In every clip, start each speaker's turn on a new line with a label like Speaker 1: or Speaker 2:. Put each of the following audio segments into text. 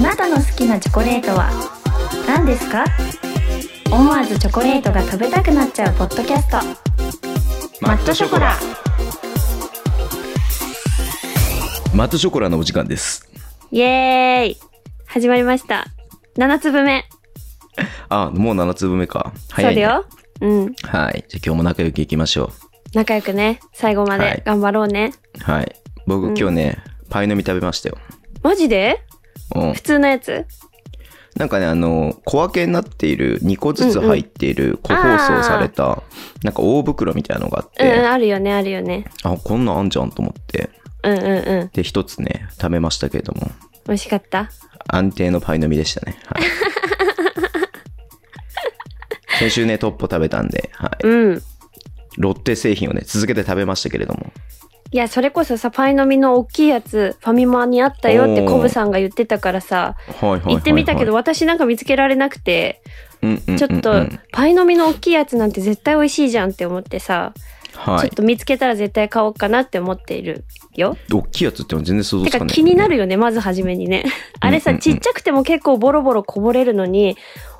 Speaker 1: なたの好きなチョコレートは何ですか思わずチョコレートが食べたくなっちゃうポッドキャストマットショコラ
Speaker 2: マットショコラのお時間です
Speaker 1: イエーイ始まりました7粒目、
Speaker 2: あもう7粒目か
Speaker 1: そう
Speaker 2: 早い、
Speaker 1: だ
Speaker 2: ね、
Speaker 1: ようん
Speaker 2: はいじゃあ今日も仲良くいきましょ
Speaker 1: 仲良くね最後ま
Speaker 2: は
Speaker 1: で
Speaker 2: い
Speaker 1: 頑張ろうね、
Speaker 2: うはい僕、
Speaker 1: うん
Speaker 2: 今日ねパイの実食べましたよ
Speaker 1: マジで
Speaker 2: うん
Speaker 1: 普通のやつ
Speaker 2: なんかねあの小分けになっている2個ずつ入っている個包装された、なんか大袋みたいなのがあっ
Speaker 1: うん、
Speaker 2: て、
Speaker 1: あるよねあるよね
Speaker 2: あこんなんあんじゃんと思って
Speaker 1: うんうんうん
Speaker 2: で一つね食べましたけれども
Speaker 1: 美味しかった
Speaker 2: 安定のパイの実でしたね、 はい、先週ねトッポ食べたんで、はい、
Speaker 1: うん
Speaker 2: ロッテ製品をね続けて食べましたけれども
Speaker 1: いやそれこそさパイの実の大きいやつファミマにあったよって
Speaker 2: おー
Speaker 1: コブさんが言ってたからさ
Speaker 2: はいはいはい、はい、
Speaker 1: 行ってみたけど、私なんか見つけられなくて
Speaker 2: うんうんうんうん
Speaker 1: ちょっとパイの実の大きいやつなんて絶対美味しいじゃんって思ってさ、
Speaker 2: は
Speaker 1: ちょっ
Speaker 2: い
Speaker 1: と見つけたら絶対買おうかなって思っているよ。
Speaker 2: 大きいやつっても全然想像
Speaker 1: て
Speaker 2: つか
Speaker 1: か
Speaker 2: ない、
Speaker 1: 気になるよねまず初めにね。あれ
Speaker 2: う
Speaker 1: さ
Speaker 2: んうんうん
Speaker 1: ちっちゃくても結構ボロボロこぼれるのに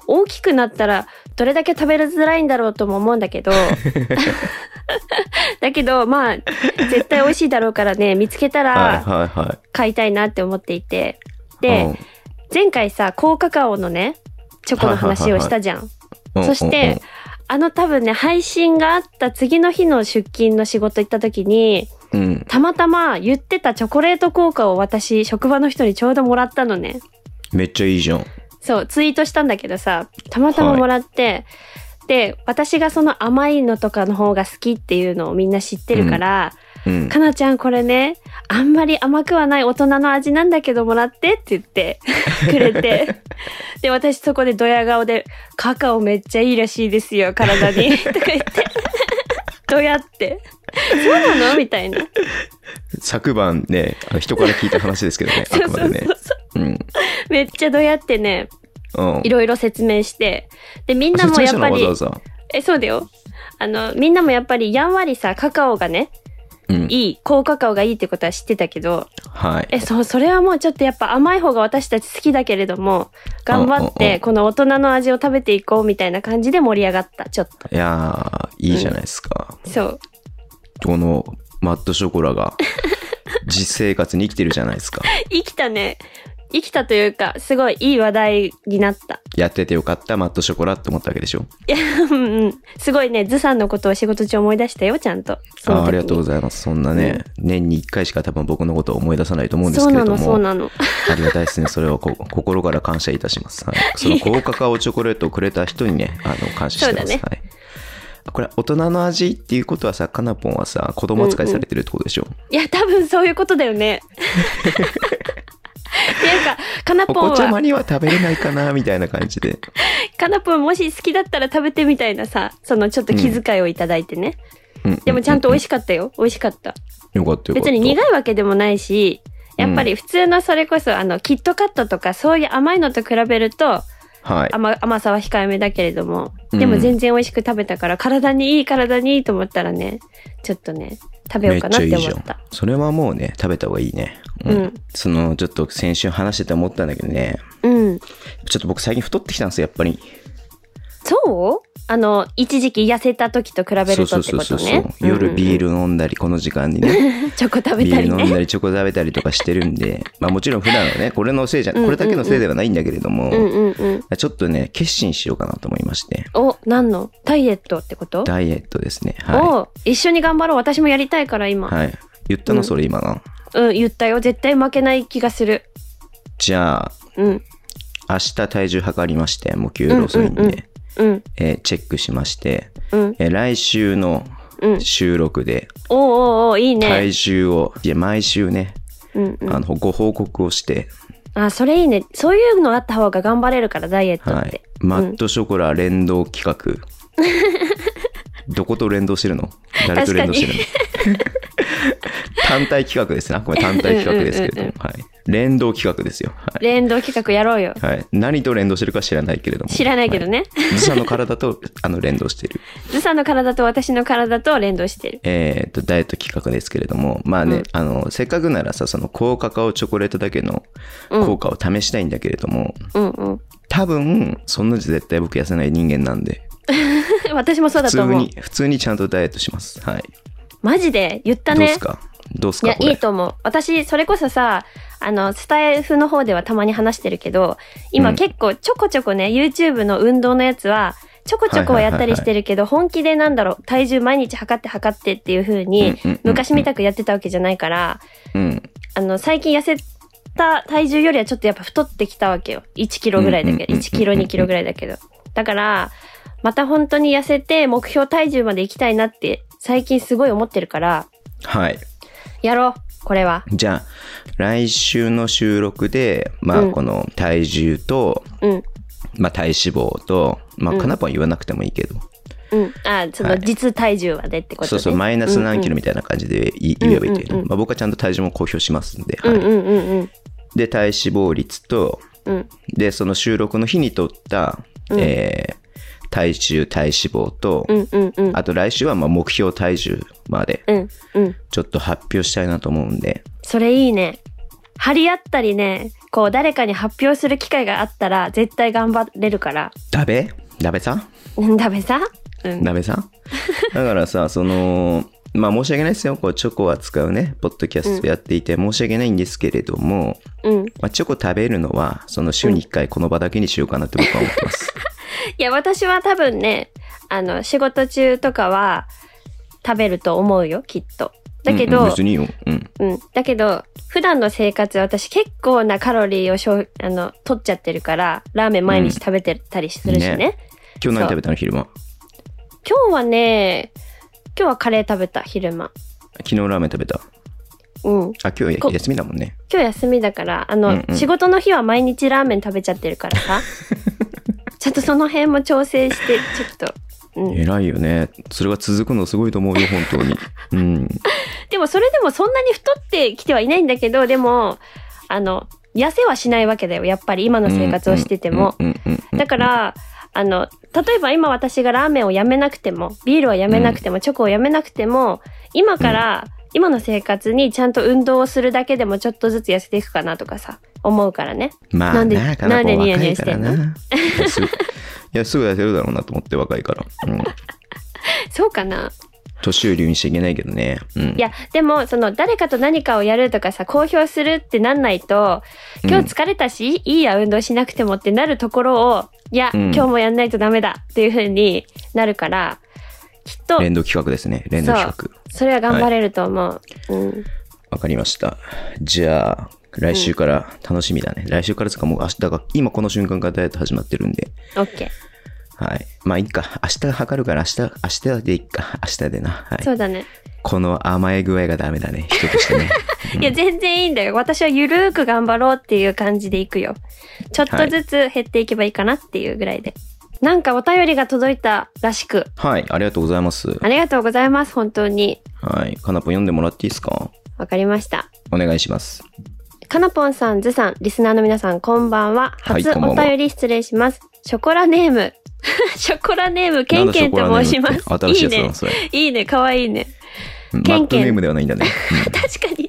Speaker 1: 大きくなったらどれだけ食べづらいんだろうとも思うんだけど だけどまあ絶対美味しいだろうからね見つけた
Speaker 2: はい
Speaker 1: ら
Speaker 2: はいはい
Speaker 1: 買いたいなって思っていて。で、前回さ高カカオのねチョコの話をしたじゃん。
Speaker 2: うんうん
Speaker 1: そして、あの多分ね、配信があった次の日の出勤の仕事行った時に、
Speaker 2: うんうんうん
Speaker 1: たまたま言ってたチョコレート効果を私、職場の人にちょうどもらったのね。
Speaker 2: めっちゃいいじゃん
Speaker 1: そう、ツイートしたんだけどさ、たまたまもらって、で、私がその甘いのとかの方が好きっていうのをみんな知ってるから、
Speaker 2: うん
Speaker 1: かなちゃんこれね、あんまり甘くはない大人の味なんだけどもらってって言って くれて。で、私そこでドヤ顔で、カカオめっちゃいいらしいですよ、体に。とか言って。ドヤって。そうなのみたいな。
Speaker 2: 昨晩ねあの人から聞いた話ですけどねあ
Speaker 1: そう
Speaker 2: くま
Speaker 1: そう
Speaker 2: で
Speaker 1: そう
Speaker 2: ね
Speaker 1: そう。
Speaker 2: うん
Speaker 1: めっちゃドヤってね、
Speaker 2: うん
Speaker 1: いろいろ説明して。で、みんな
Speaker 2: 説
Speaker 1: も
Speaker 2: 明
Speaker 1: や
Speaker 2: したの
Speaker 1: っぱ
Speaker 2: わざ
Speaker 1: り
Speaker 2: わ、ざ
Speaker 1: え、そうだよ。あの、みんなもやっぱりやんわりさ、カカオがね、
Speaker 2: うん
Speaker 1: いい、高カカオがいいってことは知ってたけど、
Speaker 2: はい
Speaker 1: えそうそれはもうちょっとやっぱ甘い方が私たち好きだけれども頑張っ
Speaker 2: うんうんう
Speaker 1: て
Speaker 2: ん
Speaker 1: この大人の味を食べていこうみたいな感じで盛り上がったちょっと
Speaker 2: いやーいいじゃないですか、
Speaker 1: そう
Speaker 2: このマットショコラ が実生活に生きてるじゃないですか
Speaker 1: 生きたね生きたというかすごいいい話題になった
Speaker 2: やっててよかったマットショコラって思ったわけでしょ
Speaker 1: うんうんすごいねずさんのことを仕事中思い出したよちゃんとその
Speaker 2: あー
Speaker 1: 時に
Speaker 2: ありがとうございますそんなね、年に1回しか多分僕のことを思い出さないと思うんです
Speaker 1: そう
Speaker 2: けれ
Speaker 1: な
Speaker 2: ども
Speaker 1: のそうなの
Speaker 2: ありがたいですね。それはこ 心から感謝いたします。 はい、その高カカオチョコレートをくれた人にね、あの感謝してます。
Speaker 1: そうだね
Speaker 2: はいこれ大人の味っていうことはさ、かなぽんはさ、子供扱いされてるってことでしょ、
Speaker 1: いや多分そういうことだよ ねっていうかかなぽ
Speaker 2: お
Speaker 1: ん
Speaker 2: 子ちゃま
Speaker 1: は
Speaker 2: には食べれないかなみたいな感じで。
Speaker 1: かなぽんもし好きだったら食べてみたいなさそのちょっと気遣いをいただいてね、
Speaker 2: うん、
Speaker 1: でもちゃんと美味
Speaker 2: し
Speaker 1: しかったよ美味しかった
Speaker 2: い。よかったよかった。
Speaker 1: 別に苦いわけでもないし、やっぱり普通のそれこそ、あの、キットカットとかそういう甘いのと比べると
Speaker 2: はい。
Speaker 1: 甘、甘さは控えめだけれども、
Speaker 2: うん
Speaker 1: でも全然美味しく食べたから、体にいい体にいいと思ったらね、ちょっとね、食べようかなって思った。
Speaker 2: それはもうね、食べた方がいいね。
Speaker 1: うん
Speaker 2: その、ちょっと先週話してて思ったんだけどね、
Speaker 1: うん。
Speaker 2: ちょっと僕最近太ってきたんですよ、やっぱり。
Speaker 1: そうあの、一時期痩せた時と比べるとってことね。
Speaker 2: 夜ビー
Speaker 1: ル。
Speaker 2: ル飲んだり、この時間にね。
Speaker 1: チョコ 食べ
Speaker 2: ビ
Speaker 1: た
Speaker 2: ール
Speaker 1: り
Speaker 2: 飲んだ
Speaker 1: ね。
Speaker 2: りチョコ食べたりとかしてるんで、 まあもちろん普段はね、これのせいじゃ、
Speaker 1: んうん
Speaker 2: これだけのせいではないんだけれども、
Speaker 1: うんうんうん。
Speaker 2: ちょっとね、決心しようかなと思いまして、
Speaker 1: お、何のダイエットってこと
Speaker 2: ダイエットですね。は
Speaker 1: お一緒に頑張ろう。私もやりたいから
Speaker 2: い。
Speaker 1: 今。
Speaker 2: はい。言った
Speaker 1: う
Speaker 2: の
Speaker 1: ん
Speaker 2: それ今の。
Speaker 1: うん、言ったよ。絶対負けない気がする。
Speaker 2: じゃあ、
Speaker 1: うん、
Speaker 2: 明日体重測りまして、もう給料遅いん
Speaker 1: うんうん
Speaker 2: で、
Speaker 1: うん、
Speaker 2: えーチェックしまして、
Speaker 1: うん、
Speaker 2: えー来週の
Speaker 1: うん。
Speaker 2: 収録で
Speaker 1: おうおうおういいね。
Speaker 2: 体重を、いや毎週ね、
Speaker 1: うんうん、
Speaker 2: あの、ご報告をして、
Speaker 1: あ、それいいね。そういうのあった方が頑張れるから、ダイエットっ
Speaker 2: は
Speaker 1: て。
Speaker 2: い。マットショコラ連動企 画。どこと連動してるの誰と連動してるの確単体企画ですね。あこれ単体企画ですけれど
Speaker 1: うんうん
Speaker 2: も、はい。連動企画ですよ。はい。
Speaker 1: 連動企画やろうよ。
Speaker 2: はい、何と連動してるか知らないけれども。
Speaker 1: 知らないけどね。
Speaker 2: はい。自社の体とあの連動している。
Speaker 1: ずさんの体と私の体と連動してる。
Speaker 2: えー、とダイエット企画ですけれどもまあね、
Speaker 1: うん
Speaker 2: あのせっかくならさその高カカオチョコレートだけの
Speaker 1: うん
Speaker 2: 効果を試したいんだけれども、
Speaker 1: うんうん。
Speaker 2: 多分そんな絶対僕痩せない人間なんで
Speaker 1: 私もそうだ
Speaker 2: 普
Speaker 1: と
Speaker 2: 通
Speaker 1: 思う
Speaker 2: に。普通にちゃんとダイエットしますはい、
Speaker 1: マジで言った
Speaker 2: どう
Speaker 1: ね
Speaker 2: す。かどうす
Speaker 1: い
Speaker 2: か
Speaker 1: や、
Speaker 2: これ
Speaker 1: いいと思う。私、それこそさ、あの、スタイフの方ではたまに話してるけど、今
Speaker 2: うん
Speaker 1: 結構ちょこちょこね、YouTube の運動のやつは、ちょこちょこはやったりしてるけど、本気でなんだろう、体重毎日測って測ってっていう風
Speaker 2: うんう
Speaker 1: に
Speaker 2: んうんうん、
Speaker 1: 昔みたくやってたわけじゃないから、
Speaker 2: うん
Speaker 1: あの、最近痩せた体重よりはちょっとやっぱ太ってきたわけよ。1キロぐらいだけ
Speaker 2: うんうんうんう
Speaker 1: ど、
Speaker 2: んうん
Speaker 1: 1キロ2キロぐらいだけど。だから、また本当に痩せて目標体重まで行きたいなって最近すごい思ってるから、
Speaker 2: はい
Speaker 1: やろう、これは。
Speaker 2: じゃあ来週の収録でまあ
Speaker 1: うん
Speaker 2: この体重と、
Speaker 1: うん。
Speaker 2: まあ、体脂肪とまあ
Speaker 1: うん
Speaker 2: かなぽん言わなくてもいいけど、
Speaker 1: うん。あ、そ
Speaker 2: は
Speaker 1: の
Speaker 2: い
Speaker 1: 実体重までってことね。
Speaker 2: そうそうマイナス何キロみたいな感じでい言えばいいけ
Speaker 1: うん
Speaker 2: ど、
Speaker 1: うんうん
Speaker 2: まあ、僕はちゃんと体重も公表しますんで、
Speaker 1: う
Speaker 2: はい
Speaker 1: んうんうんうん
Speaker 2: で体脂肪率と
Speaker 1: うん。
Speaker 2: でその収録の日に撮った、
Speaker 1: うん
Speaker 2: えー体重体脂肪と、
Speaker 1: うんうんうん。
Speaker 2: あと来週はまあ目標体重まで
Speaker 1: うんうん。
Speaker 2: ちょっと発表したいなと思うんで、
Speaker 1: それいいね。張り合ったりね、こう誰かに発表する機会があったら絶対頑張れるから。
Speaker 2: だべだべさ
Speaker 1: うん、ダメさうん。
Speaker 2: だべ さだからさそのまあ申し訳ないですよこうチョコは使うねポッドキャストやっていて申し訳ないんですけれども、
Speaker 1: うん。
Speaker 2: まあ、チョコ食べるのはその週に1回この場だけにしようかなって僕は思ってます、
Speaker 1: いや、私は多分ね、あの、仕事中とかは食べると思うよ、きっと。だけ
Speaker 2: うん
Speaker 1: ど、
Speaker 2: うん別にいいよ、うん、
Speaker 1: うん、だけど、普段の生活私結構なカロリーをしょうあの、取っちゃってるから、ラーメン毎日食べてたりするしね。
Speaker 2: うんね今日何食べたの昼間
Speaker 1: 今日はね、今日はカレー食べた、昼間。
Speaker 2: 昨日ラーメン食べた
Speaker 1: うん。
Speaker 2: あ今日
Speaker 1: こ
Speaker 2: 休みだもんね
Speaker 1: 今日休みだから、あの、
Speaker 2: うんうん
Speaker 1: 仕事の日は毎日ラーメン食べちゃってるか らさ。ちょっとその辺も調整して、ちょっと。うん。
Speaker 2: 偉いよねそれが続くのすごいと思うよ本当にうん
Speaker 1: でもそれでもそんなに太ってきてはいないんだけど、でも、あの、痩せはしないわけだよ。やっぱり今の生活をしてても。
Speaker 2: うんうんうんうんうん
Speaker 1: だから、あの、例えば今私がラーメンをやめなくても、ビールをやめなくても、チョコをやめなくても、今から、今の生活にちゃんと運動をするだけでもちょっとずつ痩せていくかなとかさ、思うからね。
Speaker 2: まあ
Speaker 1: なんで
Speaker 2: なかなか
Speaker 1: なんでニヤ
Speaker 2: 若
Speaker 1: ニ
Speaker 2: い
Speaker 1: ヤし
Speaker 2: か
Speaker 1: て
Speaker 2: ら
Speaker 1: んの
Speaker 2: ないやす ぐいやすぐ痩せるだろうなと思って若いから、うん、
Speaker 1: そうかな
Speaker 2: 年寄りにしちゃいけないけどね、うん、
Speaker 1: いや、でも、その、誰かと何かをやるとかさ、公表するってなんないと、
Speaker 2: うん
Speaker 1: 今日疲れたし、いいや、運動しなくてもってなるところを、いや、
Speaker 2: うん
Speaker 1: 今日もやんないとダメだっていう風になるから、きっと、
Speaker 2: 連動企画ですね連動企画
Speaker 1: それは頑張れると思う。うん。
Speaker 2: わかりましたじゃあ来週から楽しみだね、来週からですかもう明日が今この瞬間からダイエット始まってるんで
Speaker 1: オッケー。
Speaker 2: はいまあいいか明日測るから明日明日でいいか明日でなはい
Speaker 1: そうだね。
Speaker 2: この甘え具合がダメだね人として ね
Speaker 1: いや、全然いいんだよ。私はゆるーく頑張ろうっていう感じでいくよ。ちょっとずつ減っていけばいいかなっていうぐらいで。なんかお便りが届いたらしく、
Speaker 2: はいありがとうございます
Speaker 1: ありがとうございます、本当に。
Speaker 2: はいかなぽん読んでもらっていいですか
Speaker 1: わかりました。
Speaker 2: お願いします
Speaker 1: かなぽんさん、ずさん、リスナーの皆さん、こんばんは。
Speaker 2: はい
Speaker 1: 初
Speaker 2: こんば
Speaker 1: お
Speaker 2: んは
Speaker 1: 便り失礼します。ショコラネーム。 ショコラネーム、ケンケンと申しま
Speaker 2: なん
Speaker 1: す
Speaker 2: だそこ。らねって新しいやつ
Speaker 1: いい
Speaker 2: だ
Speaker 1: ね
Speaker 2: な。それ
Speaker 1: いいね、かわいいね。
Speaker 2: うん
Speaker 1: ケ
Speaker 2: マ
Speaker 1: ン
Speaker 2: ッ
Speaker 1: ケ
Speaker 2: ト
Speaker 1: ン
Speaker 2: ネームではないんだね
Speaker 1: 確かに。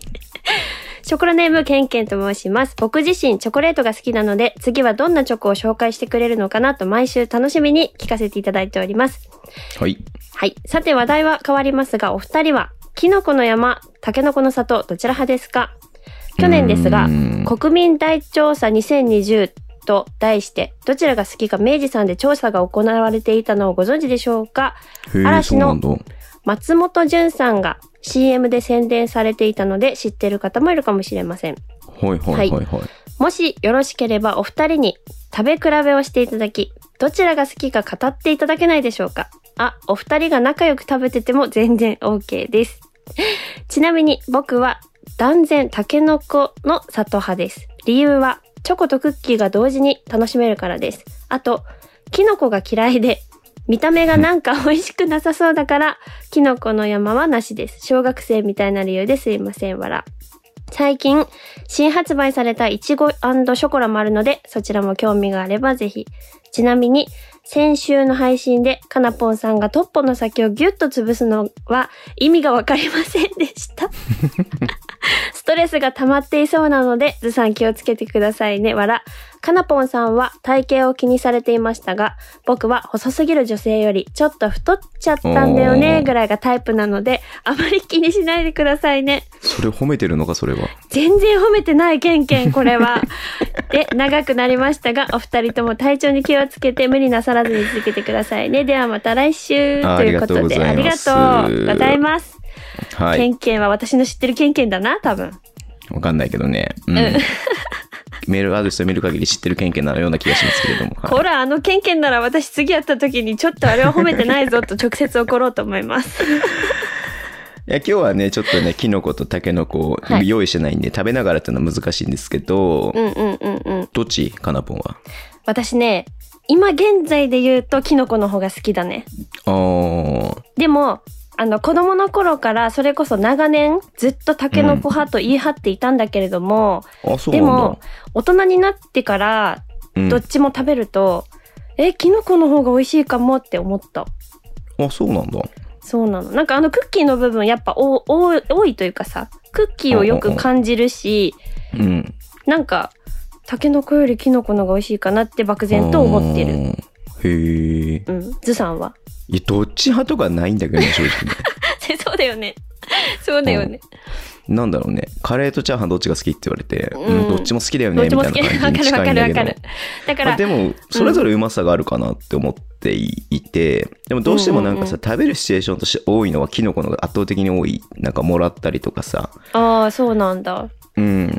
Speaker 1: ショコラネームケンケンと申します。僕自身チョコレートが好きなので、次はどんなチョコを紹介してくれるのかなと毎週楽しみに聞かせていただいております。
Speaker 2: はい
Speaker 1: はい。さて話題は変わりますが、お二人は、キノコの山、タケノコの里、どちら派ですか去年ですが
Speaker 2: う、ん
Speaker 1: 国民大調査2020と題して、どちらが好きか明治さんで調査が行われていたのをご存知でしょうか
Speaker 2: へえ
Speaker 1: 嵐の
Speaker 2: そうなんだ
Speaker 1: 松本潤さんが CM で宣伝されていたので知ってる方もいるかもしれません。
Speaker 2: はいはいはいはい、
Speaker 1: もしよろしければお二人に食べ比べをしていただき、どちらが好きか語っていただけないでしょうかあ、お二人が仲良く食べてても全然 OK です。ちなみに僕は断然タケノコの里派です。理由はチョコとクッキーが同時に楽しめるからです。あと、キノコが嫌いで、見た目がなんか美味しくなさそうだから、キノコの山はなしです。小学生みたいな理由ですいません、わら。最近、新発売されたイチゴショコラもあるので、そちらも興味があればぜひ。ちなみに、先週の配信で、かなぽんさんがトッポの先をギュッと潰すのは意味がわかりませんでした。 ストレスが溜まっていそうなので、ずさん気をつけてくださいね、わら。かなぽんさんは体型を気にされていましたが、僕は細すぎる女性よりちょっと太っちゃったんだよ
Speaker 2: お
Speaker 1: ね、
Speaker 2: ー
Speaker 1: ぐらいがタイプなので、あまり気にしないでくださいね。
Speaker 2: それ褒めてるのか、それは。
Speaker 1: 全然褒めてないケンケンこれは で長くなりましたがお二人とも体調に気をつけて無理なさらずに続けてくださいねではまた来週
Speaker 2: あ
Speaker 1: ということであ
Speaker 2: あり
Speaker 1: りが
Speaker 2: がと
Speaker 1: とう
Speaker 2: う
Speaker 1: ご
Speaker 2: ご
Speaker 1: ざ
Speaker 2: ざ
Speaker 1: い
Speaker 2: い
Speaker 1: ます、
Speaker 2: は
Speaker 1: ケ
Speaker 2: い。
Speaker 1: ンケンは私の知ってるケンケンだな多分
Speaker 2: わかんないけどね。うん。 メールアドレスを見る限り知ってるケンケンなような気がしますけれ ども。はい
Speaker 1: ほらあのケンケンなら私次会った時にちょっとあれは褒めてないぞと直接怒ろうと思います
Speaker 2: いや今日はねちょっとねキノコとタケノコを
Speaker 1: はい
Speaker 2: 用意してないんで、食べながらっていうのは難しいんですけど、
Speaker 1: うんうんうんうん
Speaker 2: どっちかなぽんは
Speaker 1: 私ね今現在で言うとキノコの方が好きだね
Speaker 2: あー
Speaker 1: でもあの子供の頃からそれこそ長年ずっとタケノコ派と言い張っていたんだけれども、
Speaker 2: あそう
Speaker 1: で
Speaker 2: なんだ
Speaker 1: も大人になってから
Speaker 2: うん
Speaker 1: どっちも食べると、えキノコの方が美味しいかもって思った
Speaker 2: あそうなんだ
Speaker 1: そうなのなんかあのクッキーの部分やっぱおお多いというかさクッキーをよく感じるし
Speaker 2: うん
Speaker 1: なんかタケノコよりキノコの方が美味しいかなって漠然と思ってる
Speaker 2: るへえ
Speaker 1: うんずさんは
Speaker 2: いやどっち派とかないんだけどね正直ね
Speaker 1: そうだよねそうだよね、
Speaker 2: なんだろうねカレーとチャーハンどっちが好きって言われて、
Speaker 1: う
Speaker 2: う
Speaker 1: ん
Speaker 2: んどっちも好きだよ
Speaker 1: どっ
Speaker 2: ねみ
Speaker 1: ち
Speaker 2: た
Speaker 1: も
Speaker 2: い
Speaker 1: 好
Speaker 2: な
Speaker 1: きわか
Speaker 2: 感じに
Speaker 1: る
Speaker 2: 近い
Speaker 1: わか
Speaker 2: ん
Speaker 1: る
Speaker 2: だ
Speaker 1: わ
Speaker 2: け
Speaker 1: か
Speaker 2: ど
Speaker 1: るだか
Speaker 2: まあ
Speaker 1: ら
Speaker 2: でもそれぞれうまさがあるかなって思っていて、でもどうしてもなんかさ、
Speaker 1: う
Speaker 2: 食べるシチュエーションとして多いのはキノコの方が圧倒的に多いなんかもらったりとかさ
Speaker 1: ああそうなんだ。
Speaker 2: うん
Speaker 1: うん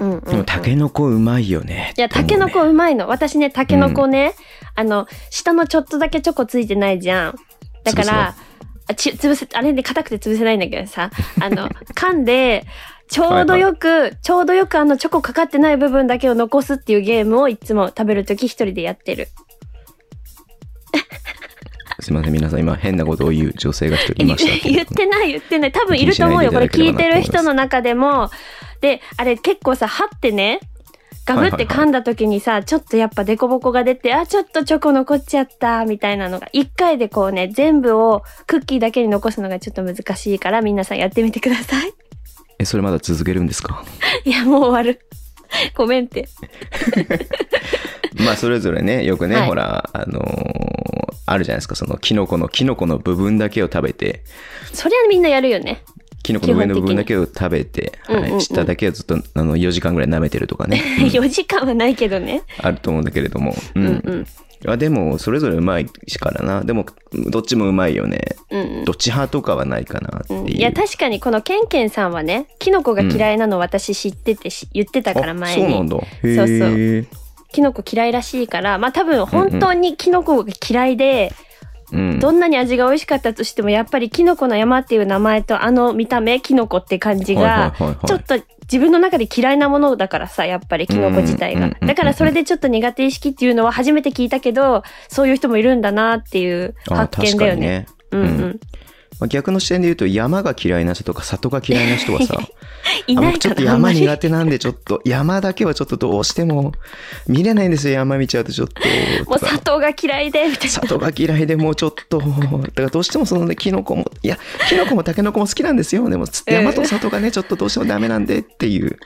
Speaker 1: うんうん、
Speaker 2: でもタケノコうまいよね
Speaker 1: いやタケノコうまいの私ねタケノコね、あの下のちょっとだけチョコついてないじゃんだからあち潰せあれで硬くて潰せないんだけど さあの噛んでちょうどよくちょうどよくあのチョコかかってない部分だけを残すっていうゲームをいつも食べるとき一人でやってる
Speaker 2: すいません皆さん今変なことを言う女性が一人いましたけど
Speaker 1: 言ってない言ってない多分いると思うよ
Speaker 2: 気
Speaker 1: こ
Speaker 2: にしな
Speaker 1: れ
Speaker 2: いでい
Speaker 1: 聞い
Speaker 2: ただ
Speaker 1: て
Speaker 2: ければなと思い
Speaker 1: る
Speaker 2: ます
Speaker 1: 人の中でもであれ結構さ歯ってねガブって噛んだ時にさ、ちょっとやっぱデコボコが出てあちょっとチョコ残っちゃったみたいなのが一回でこうね全部をクッキーだけに残すのがちょっと難しいから皆さんやってみてください
Speaker 2: えそれまだ続けるんですか
Speaker 1: いやもう終わるごめんって
Speaker 2: まあそれぞれねよくね、
Speaker 1: はい
Speaker 2: ほらあのーあるじゃないですかそのキノコのキノコの部分だけを食べて
Speaker 1: そりゃみんなやるよね
Speaker 2: キノコの上の部分だけを食べて、
Speaker 1: 基本的に
Speaker 2: はい
Speaker 1: うんうんうん
Speaker 2: 下だけをずっとあの4時間ぐらい舐めてるとかね、うん
Speaker 1: 4時間はないけどね
Speaker 2: あると思うんだけれども、う
Speaker 1: うん
Speaker 2: ん
Speaker 1: うん
Speaker 2: あでもそれぞれうまいからなでもどっちもうまいよね
Speaker 1: うんうん
Speaker 2: どっち派とかはないかなっていう、
Speaker 1: うんいや確かにこのケンケンさんはねキノコが嫌いなの私知っててし、言ってたから前に
Speaker 2: あそうなんだへ
Speaker 1: そうそう
Speaker 2: え
Speaker 1: キノコ嫌いらしいからまあ多分本当にキノコが嫌いで、
Speaker 2: うん
Speaker 1: どんなに味が美味しかったとしてもやっぱりキノコの山っていう名前とあの見た目キノコって感じが
Speaker 2: はいはいはいはい
Speaker 1: ちょっと自分の中で嫌いなものだからさやっぱりキノコ自
Speaker 2: う
Speaker 1: 体
Speaker 2: んう
Speaker 1: が
Speaker 2: んうんうん
Speaker 1: だからそれでちょっと苦手意識っていうのは初めて聞いたけどそういう人もいるんだなっていう発見だよね。
Speaker 2: あ確かにね
Speaker 1: うんう
Speaker 2: うん
Speaker 1: ん、
Speaker 2: まあ逆の視点で言うと山が嫌いな人とか里が嫌いな人は さ
Speaker 1: い
Speaker 2: あ
Speaker 1: ない
Speaker 2: 僕ち
Speaker 1: か
Speaker 2: ょっと
Speaker 1: なあんま
Speaker 2: 山
Speaker 1: り
Speaker 2: 苦手なんでちょっと山だけはちょっとどうしても見れないんですよ山見ちゃうとちょっと
Speaker 1: もう
Speaker 2: とか
Speaker 1: 砂糖が嫌いでみたいな
Speaker 2: 里が嫌いでもうちょっとだからどうしてもそのねキノコもいやキノコもタケノコも好きなんですよでも
Speaker 1: うん
Speaker 2: 山と里がねちょっとどうしてもダメなんでっていう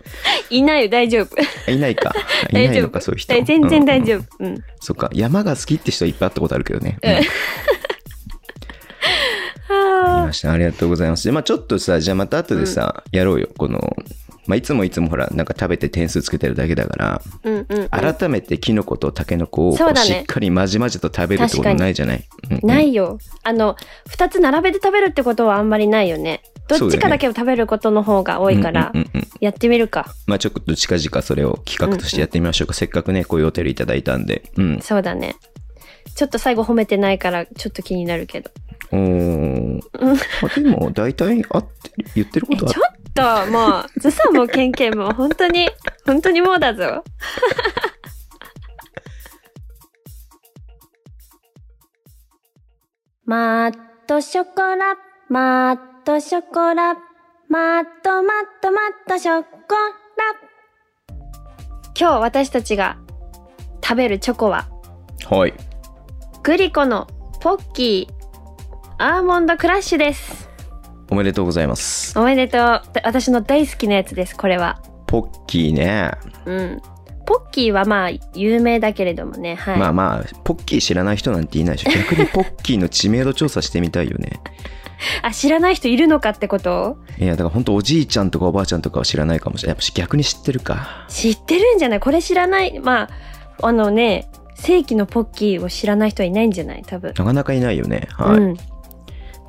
Speaker 1: いないよ大丈夫。
Speaker 2: いないかいないのかそういう人
Speaker 1: 大全然大
Speaker 2: 夫
Speaker 1: 丈夫。うん。
Speaker 2: そっか山が好きって人いっぱい会ったことあるけどね、
Speaker 1: うん
Speaker 2: うんわかり
Speaker 1: はあ
Speaker 2: ました。ありがとうございます。で、まあちょっとさ、じゃあまた後でさ、やろうよ。この、まあいつもいつもほら、なんか食べて点数つけてるだけだから、
Speaker 1: うんうんうん。
Speaker 2: 改めてキノコとタケノコをこ
Speaker 1: そう
Speaker 2: う
Speaker 1: だね
Speaker 2: しっかりまじまじと食べるってこ
Speaker 1: 確か
Speaker 2: と
Speaker 1: に
Speaker 2: ないじゃない、うんうん
Speaker 1: ないよ。あの、二つ並べて食べるってことはあんまりないよね。どっちかだけを食べることの方が多いから
Speaker 2: うんう、んうん
Speaker 1: やってみるか。
Speaker 2: まあちょっと近々それを企画としてやってみましょうか。せっかくね、こういうお便りいただいたんで。うん。
Speaker 1: そうだね。ちょっと最後褒めてないから、ちょっと気になるけど。
Speaker 2: おーまあでも、大体合ってる、言ってる
Speaker 1: え
Speaker 2: こ
Speaker 1: ち
Speaker 2: と
Speaker 1: ょ
Speaker 2: は
Speaker 1: っともう、ずさんもけんけんも、本当 に、本当にもうだぞ。
Speaker 3: マットショコラ、マットショコラ、マットマットマットショコラ。
Speaker 1: 今日私たちが食べるチョコは、
Speaker 2: はい。
Speaker 1: グリコのポッキーアーモンドクラッシュです。
Speaker 2: おめでとうございます。
Speaker 1: おめでとう。で私の大好きなやつです、これは。
Speaker 2: ポッキーね。
Speaker 1: うん。ポッキーはまあ、有名だけれどもね、はい。
Speaker 2: まあまあ、ポッキー知らない人なんていないでしょ。逆にポッキーの知名度調査してみたいよ ね。
Speaker 1: あ、知らない人いるのかってこと
Speaker 2: いや、だから本当おじいちゃんとかおばあちゃんとかは知らないかもしれない。やっぱ逆に知ってるか。
Speaker 1: 知ってるんじゃないこれ知らない。まあ、あのね、正規のポッキーを知らない人はいないんじゃない多分。
Speaker 2: なかなかいないよね。はい。
Speaker 1: うん。